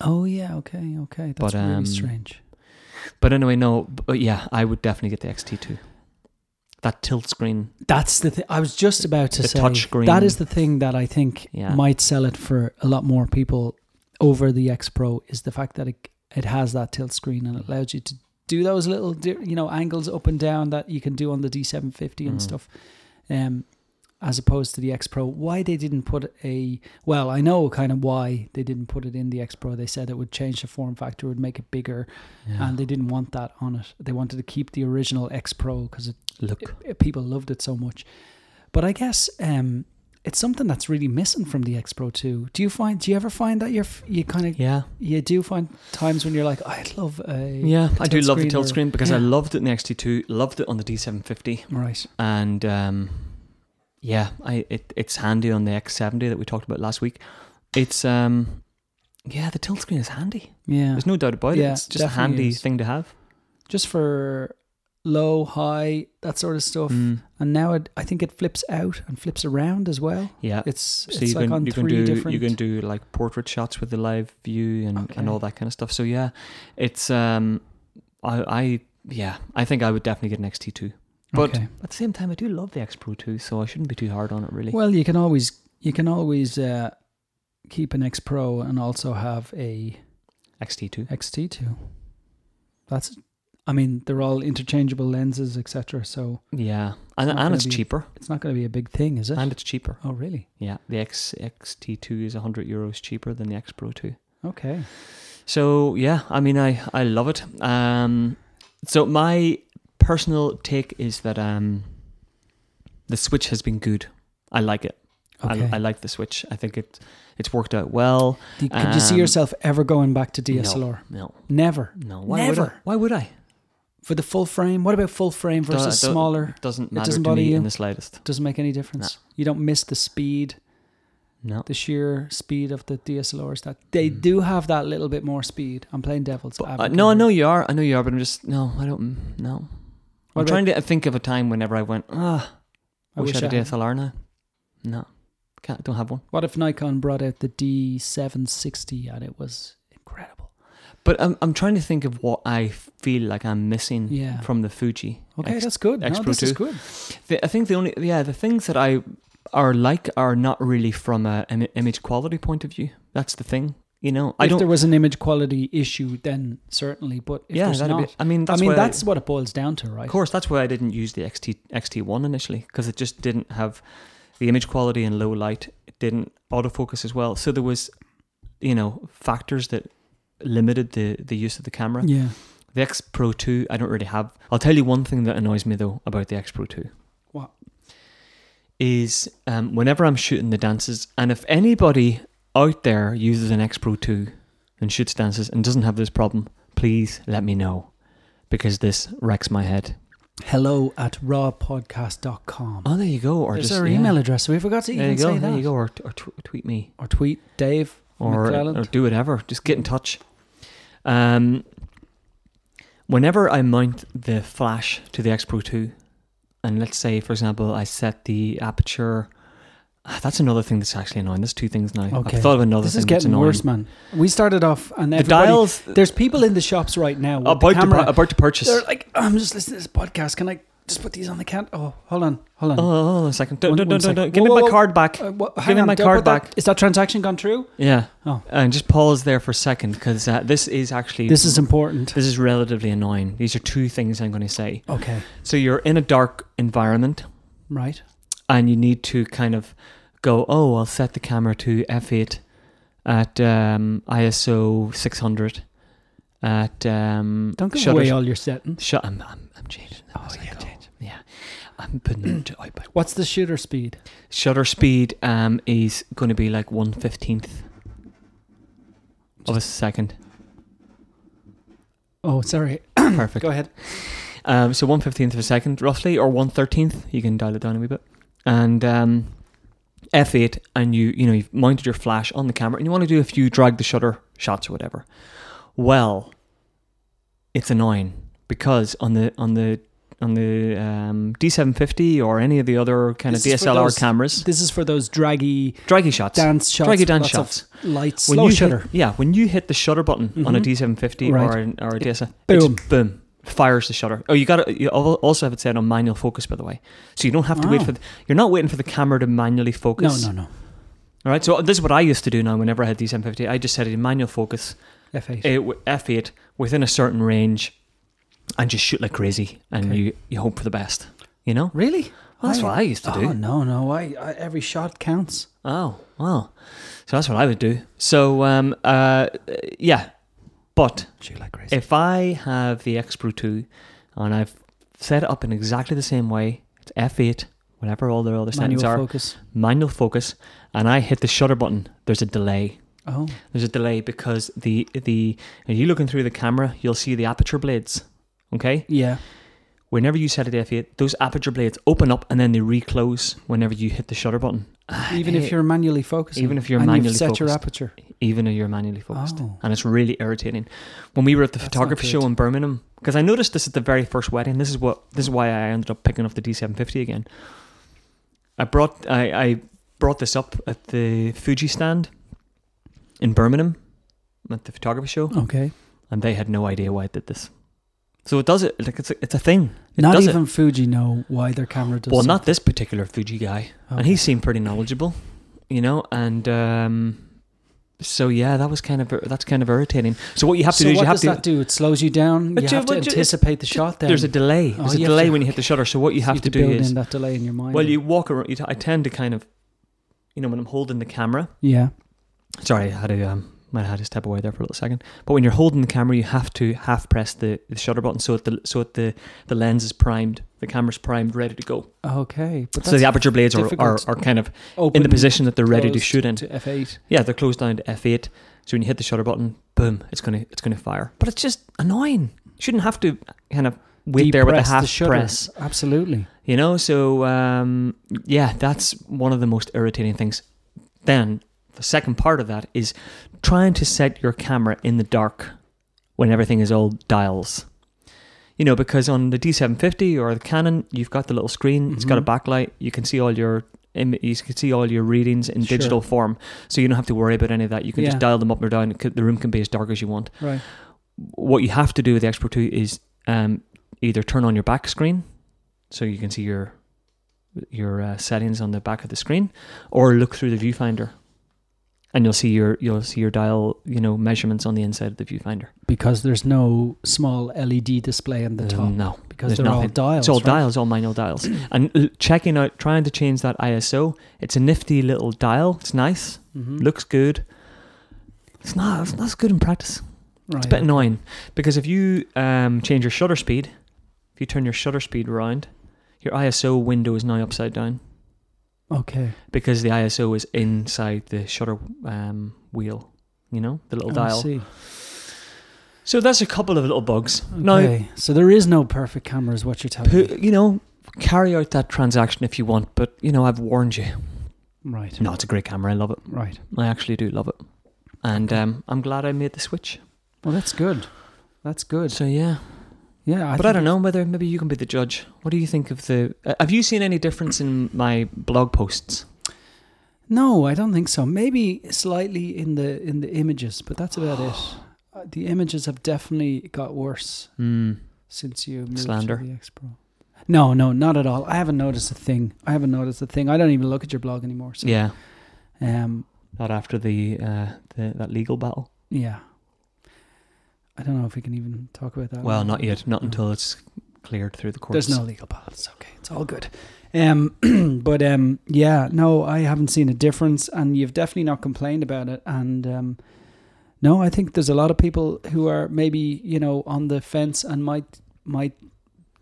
Oh yeah. Okay. Okay. That's But, um, really strange. But anyway, no. But yeah, I would definitely get the XT2. That tilt screen. That's the thing. I was just about to The say touch screen. that is the thing that I think Yeah. might sell it for a lot more people over the X Pro is the fact that it it has that tilt screen and it allows you to do those little di- you know angles up and down that you can do on the D750 and Mm. stuff. Um as opposed to the X Pro, why they didn't put a well, I know kind of why they didn't put it in the X Pro. They said it would change the form factor, would make it bigger, and they didn't want that on it. They wanted to keep the original X Pro because it Look. it- people loved it so much. But I guess um, it's something that's really missing from the X Pro 2. Do you find? Do you ever find that you're f- you kind of Yeah. you do find times when you're like, I'd love a Yeah, a I do tilt love the screen tilt or- screen because I Yeah. loved it in the XT2, loved it on the D750, right. and um, yeah, I it, it's handy on the X70 that we talked about last week. It's um, yeah, the tilt screen is handy. Yeah, There's no doubt about it. Yeah, It's just a definitely handy is. thing to have. just for low, high, that sort of stuff. Mm, And now it, I think it flips out and flips around as well. yeah. It's so it's you like can on you can three do different. you can do like portrait shots with the live view and, Okay. and all that kind of stuff. So yeah, it's um, I I yeah, I think I would definitely get an XT2. But Okay. at the same time, I do love the X Pro 2, so I shouldn't be too hard on it really. Well, you can always you can always uh, keep an X Pro and also have a XT2. XT2. That's, I mean, they're all interchangeable lenses, etc. So Yeah, and, not and gonna it's be- cheaper, it's not going to be a big thing, is it? and it's cheaper. oh, really? Yeah, the X XT2 is 100 euros cheaper than the X Pro 2. Okay. So yeah, I mean, I I love it. Um, so my personal take is that um, the Switch has been good. I like it. Okay. I, I like the Switch. I think it it's worked out well. Do- Could you see um, yourself ever going back to DSLR? No, Never. no, why Would I? Never. Why would I? For the full frame, what about full frame Don't- versus don't- smaller? Doesn't It matter doesn't to bother me you? in the slightest. Doesn't make any difference. You don't miss the speed, No. the sheer speed of the DSLRs. That they Mm. do have that little bit more speed. I'm playing devil's But, uh, advocate. no, I here. know you are. I know you are, but I'm just no. I don't. No. What I'm about- trying to think of a time whenever I went. Ah, I wish, I had a had- DSLR now. No, can't. Don't have one. What if Nikon brought out the D760 and it was incredible? But I'm I'm trying to think of what I feel like I'm missing Yeah. from the Fuji. Okay, X- that's good. No, X-Pro this is 2. good. the, I think the only yeah the things that I are like are not really from a im- image quality point of view. That's the thing. You know, I if don't. there was an image quality issue, then certainly. But if yeah, there's that'd not, be, I mean, I that's mean, why that's what it boils down to, right? Of course, that's why I didn't use the XT XT1 initially because it just didn't have the image quality in low light. It didn't autofocus as well, so there was, you know, factors that limited the the use of the camera. Yeah. The X Pro 2, I don't really have. I'll tell you one thing that annoys me though about the X Pro 2. What? Is um, whenever I'm shooting the dances, and if anybody out there uses an X Pro 2 and shoots dances and doesn't have this problem, please let me know because this wrecks my head. Hello at rawpodcast.com. Oh, there you go. Or There's just our yeah. email address. So we forgot to There you even go. say there that. you go. Or, or tw- tweet me Or tweet Dave or McClelland. or do whatever. Just get in touch. Um, whenever I mount the flash to the X Pro Two, and let's say for example I set the aperture. Ah, That's another thing that's actually annoying. There's two things now. Okay. I've Oh, thought of another This thing is that's getting annoying. worse, man. We started off and the everybody. dials there's people in the shops right now. With about the to, camera. pu- about to purchase. They're like, I'm just listening to this podcast. Can I just put these on the can? Oh, hold on, hold on. Oh, hold on a second. Don't, One- don't, one don't, don't, second. Give Whoa, me whoa, my whoa. card back. Uh, what- Give hang me on, my don't card put that- back. Is that transaction gone through? Yeah. Oh. And just pause there for a second because uh, this is actually This is important. This is relatively annoying. These are two things I'm going to say. Okay, So you're in a dark environment right. and you need to kind of go, oh, I'll set the camera to f8 at um, ISO 600 at um, Don't give shutter- away all your settings. Shut. I'm, I'm, I'm changing. Them Oh, as I yeah. go. Yeah. I'm putting it out by What's the shooter speed? Shutter speed um is going to be like one fifteenth of a second. Oh, sorry. Perfect. Go ahead. Um, so one fifteenth of a second, roughly, or one thirteenth. You can dial it down a wee bit. And um, F eight, and you you know you've mounted your flash on the camera, and you want to do a few drag the shutter shots or whatever. Well, it's annoying because on the on the on the um, D seven fifty or any of the other kind This of is for DSLR those cameras, This is for those draggy draggy shots, dance shots. draggy dance lots shots. Of lights. When Slow you shutter. Hit, yeah, when you hit the shutter button on a Mhm. D750 Right. or an, or a It- DSLR, boom. boom, boom, fires the shutter. Oh, you got to You al- also have it set on manual focus, by the way, so you don't have to wait Oh. for. The, you're not waiting for the camera to manually no, focus. no, no. All right, so this is what I used to do now. Whenever I had D750, I just set it in manual focus, F8. eh, wi- f8 within a certain range, and just shoot like crazy, and Okay. you you hope for the best. You know, really? well, that's I- what I used to do. Oh no, no! I, I every shot counts. Oh, wow. So that's what I would do. So, um, uh, yeah. But Shoot like crazy. if I have the X Pro 2 and I've set it up in exactly the same way, it's F8, whatever all their other settings Manual are, focus. manual focus, and I hit the shutter button, there's a delay. Oh, There's a delay because the, the, and you looking through the camera, you'll see the aperture blades. Okay? yeah. Whenever you set it to F8, those aperture blades open up and then they reclose whenever you hit the shutter button. Even if hate- you're manually focusing. Even if you're and manually you've set your focused. aperture. even though you're manually focused. Oh. And it's really irritating. When we were at the That's photography not show good. in Birmingham, because I noticed this at the very first wedding, this is what this is why I ended up picking up the D750 again. I brought I, I brought this up at the Fuji stand in Birmingham at the photography show, Okay. and they had no idea why I did this. So it does it like it's a, it's a thing. It Not does it. even Fuji know why their camera does. Well, that. not this particular Fuji guy and he seemed pretty knowledgeable, you know. And um, so yeah, that was kind of that's kind of irritating. So what you have to so do is what you have does to that do? It slows you down. You But have you- to but you- anticipate the shot. Then there's a delay. Oh, There's a you have delay to- when you hit the shutter. So what you have you to do build is in that delay in your mind. well, you walk around. You t- I tend to kind of, you know, when I'm holding the camera. yeah. Sorry, I had to um, might have had to step away there for a little second. But when you're holding the camera, you have to half press the, the shutter button so that the so that the the lens is primed, the camera's primed, ready to go. Okay, but So the aperture blades are, are difficult. are kind of open in the position that they're ready to closed shoot in. to f8. Yeah, they're closed down to F8. So when you hit the shutter button, boom, it's gonna it's gonna fire. But it's just annoying. Shouldn't have to kind of wait there with a Depress half shutter. press, Absolutely. you know. So um, yeah, that's one of the most irritating things. Then the second part of that is trying to set your camera in the dark when everything is all dials. You know, because on the D750 or the Canon, you've got the little screen. It's got a Mhm. backlight. You can see all your im- you can see all your readings in Sure. digital form, so you don't have to worry about any of that. You can Yeah. just dial them up or down. It could- The room can be as dark as you want. Right. What you have to do with the Expert 2 is um, either turn on your back screen, so you can see your your uh, settings on the back of the screen, or look through the viewfinder, and you'll see your you'll see your dial you know measurements on the inside of the viewfinder. Because there's no small LED display on the top. No, because there's they're all nothing. dials. it's all right? dials, all manual dials. and l- checking out, trying to change that ISO, it's a nifty little dial. It's nice, Mhm. looks good. It's not, it's not as good in practice. Right. It's a bit annoying because if you um, change your shutter speed, if you turn your shutter speed around, your ISO window is now upside down Okay. because the ISO is inside the shutter um, wheel, you know, the little Oh, I dial. see. So that's a couple of little bugs. Now, Okay. so there is no perfect camera, is what you're telling me. Pu- you know, carry out that transaction if you want, but you know, I've warned you. Right. No, it's a great camera. I love it. Right. I actually do love it, and um, I'm glad I made the switch. Well, that's good. That's good. So yeah, Yeah. but I think don't know whether maybe you can be the judge. What do you think of the? Uh, have you seen any difference in my blog posts? No, I don't think so. Maybe slightly in the in the images, but that's about it. Uh, The images have definitely got worse Mm. since you moved Slander. to the X Pro. No, no, not at all. I haven't noticed a thing. I haven't noticed a thing. I don't even look at your blog anymore. So Yeah, um, not after the, uh, the that legal battle. yeah. I don't know if we can even talk about that. Well, not yet. Not No. until it's cleared through the courts. There's no legal battle. It's okay. It's all good. Um, but um, yeah, no, I haven't seen a difference, and you've definitely not complained about it. And um, no, I think there's a lot of people who are maybe you know on the fence and might might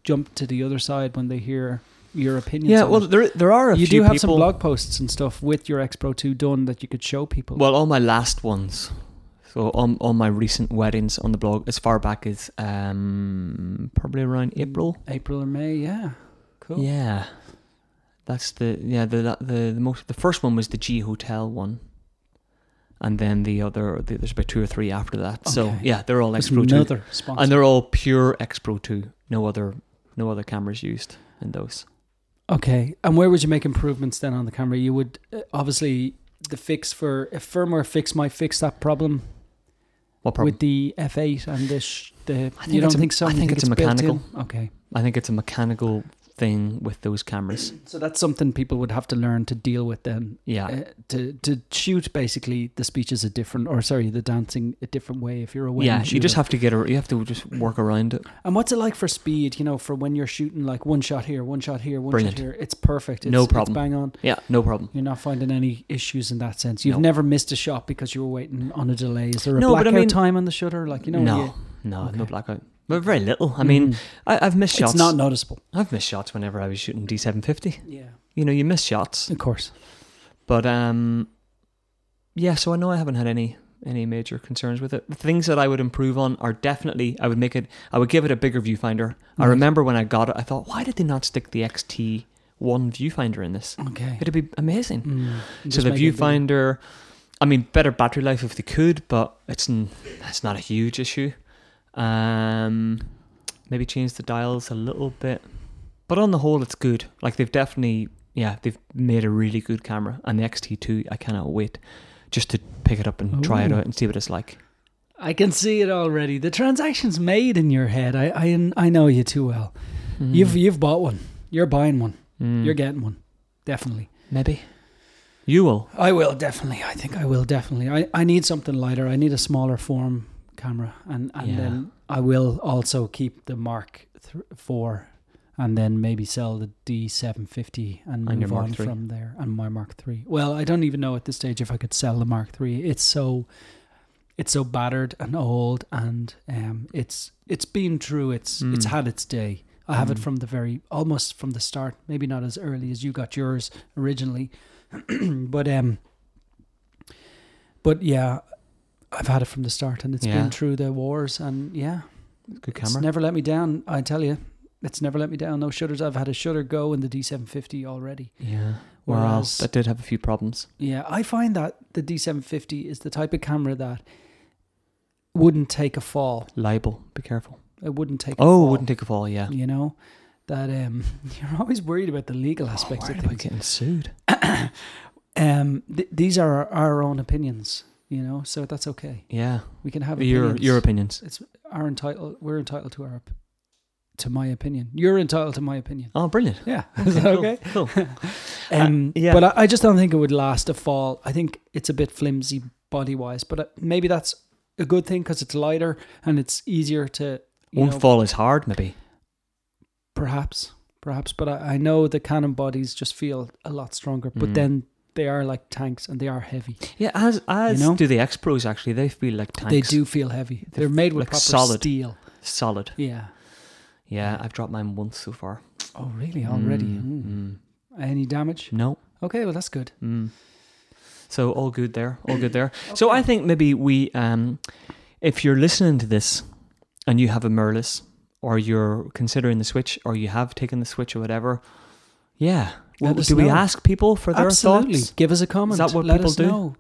jump to the other side when they hear your opinions. Yeah, on well, it. there there are a you few do have people. some blog posts and stuff with your X Pro Two done that you could show people. Well, all my last ones. So on on my recent weddings on the blog, as far back as um probably around April. April or May, yeah, cool. Yeah, that's the yeah the that- the the most the first one was the G Hotel one, and then the other the, there's about two or three after that. So Okay. yeah, they're all There's X Pro two, another sponsor. and they're all pure X Pro two. No other no other cameras used in those. Okay, and where would you make improvements then on the camera? You would uh, obviously the fix for a firmware fix might fix that problem, What problem? with the F8 and the sh- the. I think You don't it's a- think so? I You think it's a built in? mechanical. Okay, I think it's a mechanical thing with those cameras. so that's something people would have to learn to deal with then. Yeah. Uh, to to shoot basically the speeches a different or sorry the dancing a different way if you're away. yeah, you just have to get a, you have to just work around it. And what's it like for speed? You know, for when you're shooting like one shot here, one shot here, one Brilliant. shot here. It's perfect. It's, No it's problem. bang on. Yeah, no problem. You're not finding any issues in that sense. You've No. never missed a shot because you were waiting on a delay. Is there a No, but I blackout mean- time on the shutter? Like you know, no, when you- no, Okay. no blackout. But very little. I mean, Mm. I, I've missed shots. it's not noticeable. I've missed shots whenever I was shooting D750. Yeah, You know, you miss shots. of course. But um, yeah. So I know I haven't had any any major concerns with it. The things that I would improve on are definitely I would make it. I would give it a bigger viewfinder. I Right. remember when I got it, I thought, why did they not stick the XT one viewfinder in this? Okay. It'd be amazing. Mm. So Just the make it a bit- viewfinder, I mean, better battery life if they could, but it's n- that's not a huge issue. Um, maybe change the dials a little bit, but on the whole, it's good. Like they've definitely, yeah, they've made a really good camera, and the XT2, I cannot wait just to pick it up and try it Ooh. out and see what it's like. I can see it already. The transaction's made in your head. I I, I know you too well. Mm. You've you've bought one. You're buying one. Mm. You're getting one. Definitely. maybe you will. I will definitely. I think I will definitely. I, I need something lighter. I need a smaller form camera, and and Yeah. then I will also keep the Mark th- Four, and then maybe sell the D seven fifty and And your move Mark on III. from there. And my Mark Three. Well, I don't even know at this stage if I could sell the Mark Three. It's so, it's so battered and old, and um, it's it's been through. It's it's Mm. had its day. I have it Mm. from the very almost from the start. Maybe not as early as you got yours originally, but um, but yeah, I've had it from the start, and it's Yeah. been through the wars, and yeah, Good it's camera. never let me down. I tell you, it's never let me down. No shutters. I've had a shutter go in the D750 already. yeah. Well, Whereas- that did have a few problems. Yeah, I find that the D750 is the type of camera that wouldn't take a fall. Libel. Be careful. It wouldn't take. a Oh, fall, wouldn't take a fall. Yeah. you know that um, you're always worried about the Oh, legal aspects Worried of about things. getting sued. Um, th- these are our, our own opinions, you know, so that's okay. Yeah. We can have Your opinions. your opinions. it's our entitled we're entitled to our op- to my opinion you're entitled to my opinion Oh, brilliant. yeah is that okay Cool. um Uh, yeah. but I, I just don't think it would last a fall i think it's a bit flimsy body wise but uh, maybe that's a good thing because it's lighter and it's easier to you Won't know, fall as hard, maybe. perhaps perhaps but I, I know the cannon bodies just feel a lot stronger but Mm. then they are like tanks and they are heavy Yeah, as as You know? do the X Pros actually. They feel like tanks. they do feel heavy They they're made with like proper solid. steel solid. yeah Yeah, I've dropped mine once so far. oh really already Mm, Mm. mm. any damage No. okay well that's good Mm. So all good there. All good there. So I think maybe we, um, if you're listening to this, and you have a Merlis, or you're considering the Switch, or you have taken the Switch or whatever, yeah. Well, Let us do we know. ask people for their Absolutely. thoughts? Give us a comment. Is that what Let people us do? Know.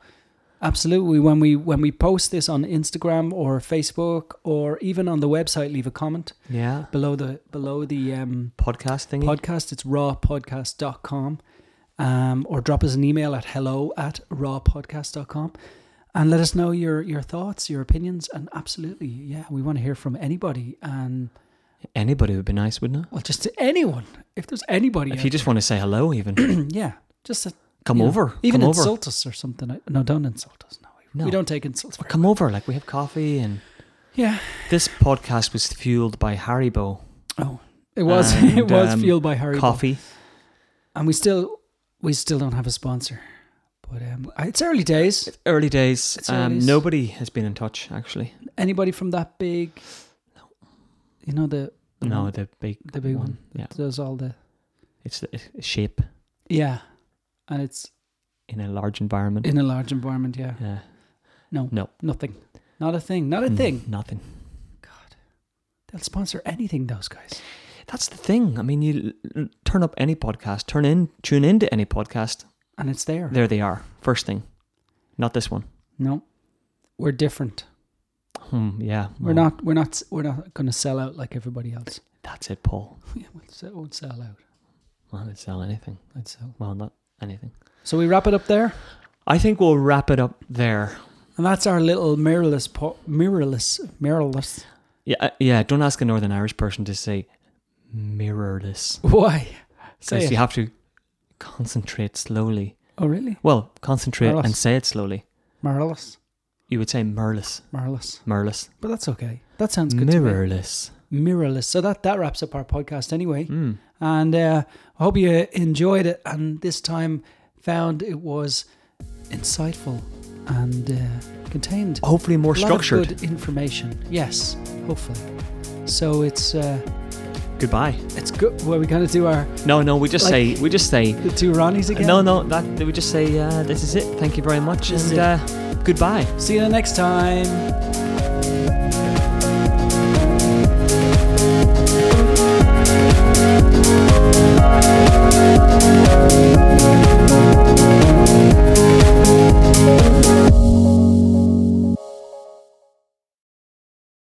Absolutely. When we when we post this on Instagram or Facebook or even on the website, leave a comment Yeah. below the below the um, Podcast thingy. podcast. It's rawpodcast.com. Um, or drop us an email at hello at rawpodcast.com and let us know your your thoughts, your opinions, and absolutely, yeah, we want to hear from anybody and Anybody would be nice, wouldn't it? well just to anyone. If there's anybody If you out just want to say hello, even there, yeah. Just a, come you know, over, Even come over, insult us or something. I- No, don't insult us. No, we, No. we don't take insults. Or very come over. Like we have coffee, and well. Yeah. this podcast was fueled by Haribo Oh, it was And, it was um, fueled by Harry. coffee. and we still we still don't have a sponsor, but um, it's early days. Early days. It's Um, early. Nobody has been in touch actually. Anybody from that big, you know the the No, one the big, Mm-hmm. The big one. Yeah, that does all the It's the it's shape Yeah. And it's in a large environment. in a large environment, yeah. yeah. No. No. Nothing. Not a thing. Not a Mm, thing. Nothing. They'll sponsor anything, those guys. That's the thing. I mean, you l- l- turn up any podcast, turn in, tune into any podcast. And it's there. There they are. First thing. Not this one. No. We're different. Hmm, yeah. We're not we're not we're not gonna sell out like everybody else. That's it, Paul. yeah, we'll sell, won't sell out. I would sell anything. I'd sell. Well, not anything. So we wrap it up there. I think we'll wrap it up there. And that's our little mirrorless po- mirrorless mirrorless. Yeah, uh, yeah. Don't ask a Northern Irish person to say mirrorless Why? Say because it. you have to concentrate slowly. oh really? Well, concentrate Mirrorless. and say it slowly. Mirrorless. You would say mirrorless, Mirrorless. mirrorless, But that's okay. That sounds good mirrorless. to me. Mirrorless. So that, that wraps up our podcast anyway. Mm. And uh, I hope you enjoyed it and this time found it was insightful and uh, contained Hopefully, more a lot of structured. good information. Yes, hopefully. So it's uh, Goodbye. it's good. Well, we kind of do our No, no. We just Like- say. We just say. the two Ronnies again. No, no. That we just say. Uh, this is it. Thank you very much, This is and it. uh, goodbye. See you next time.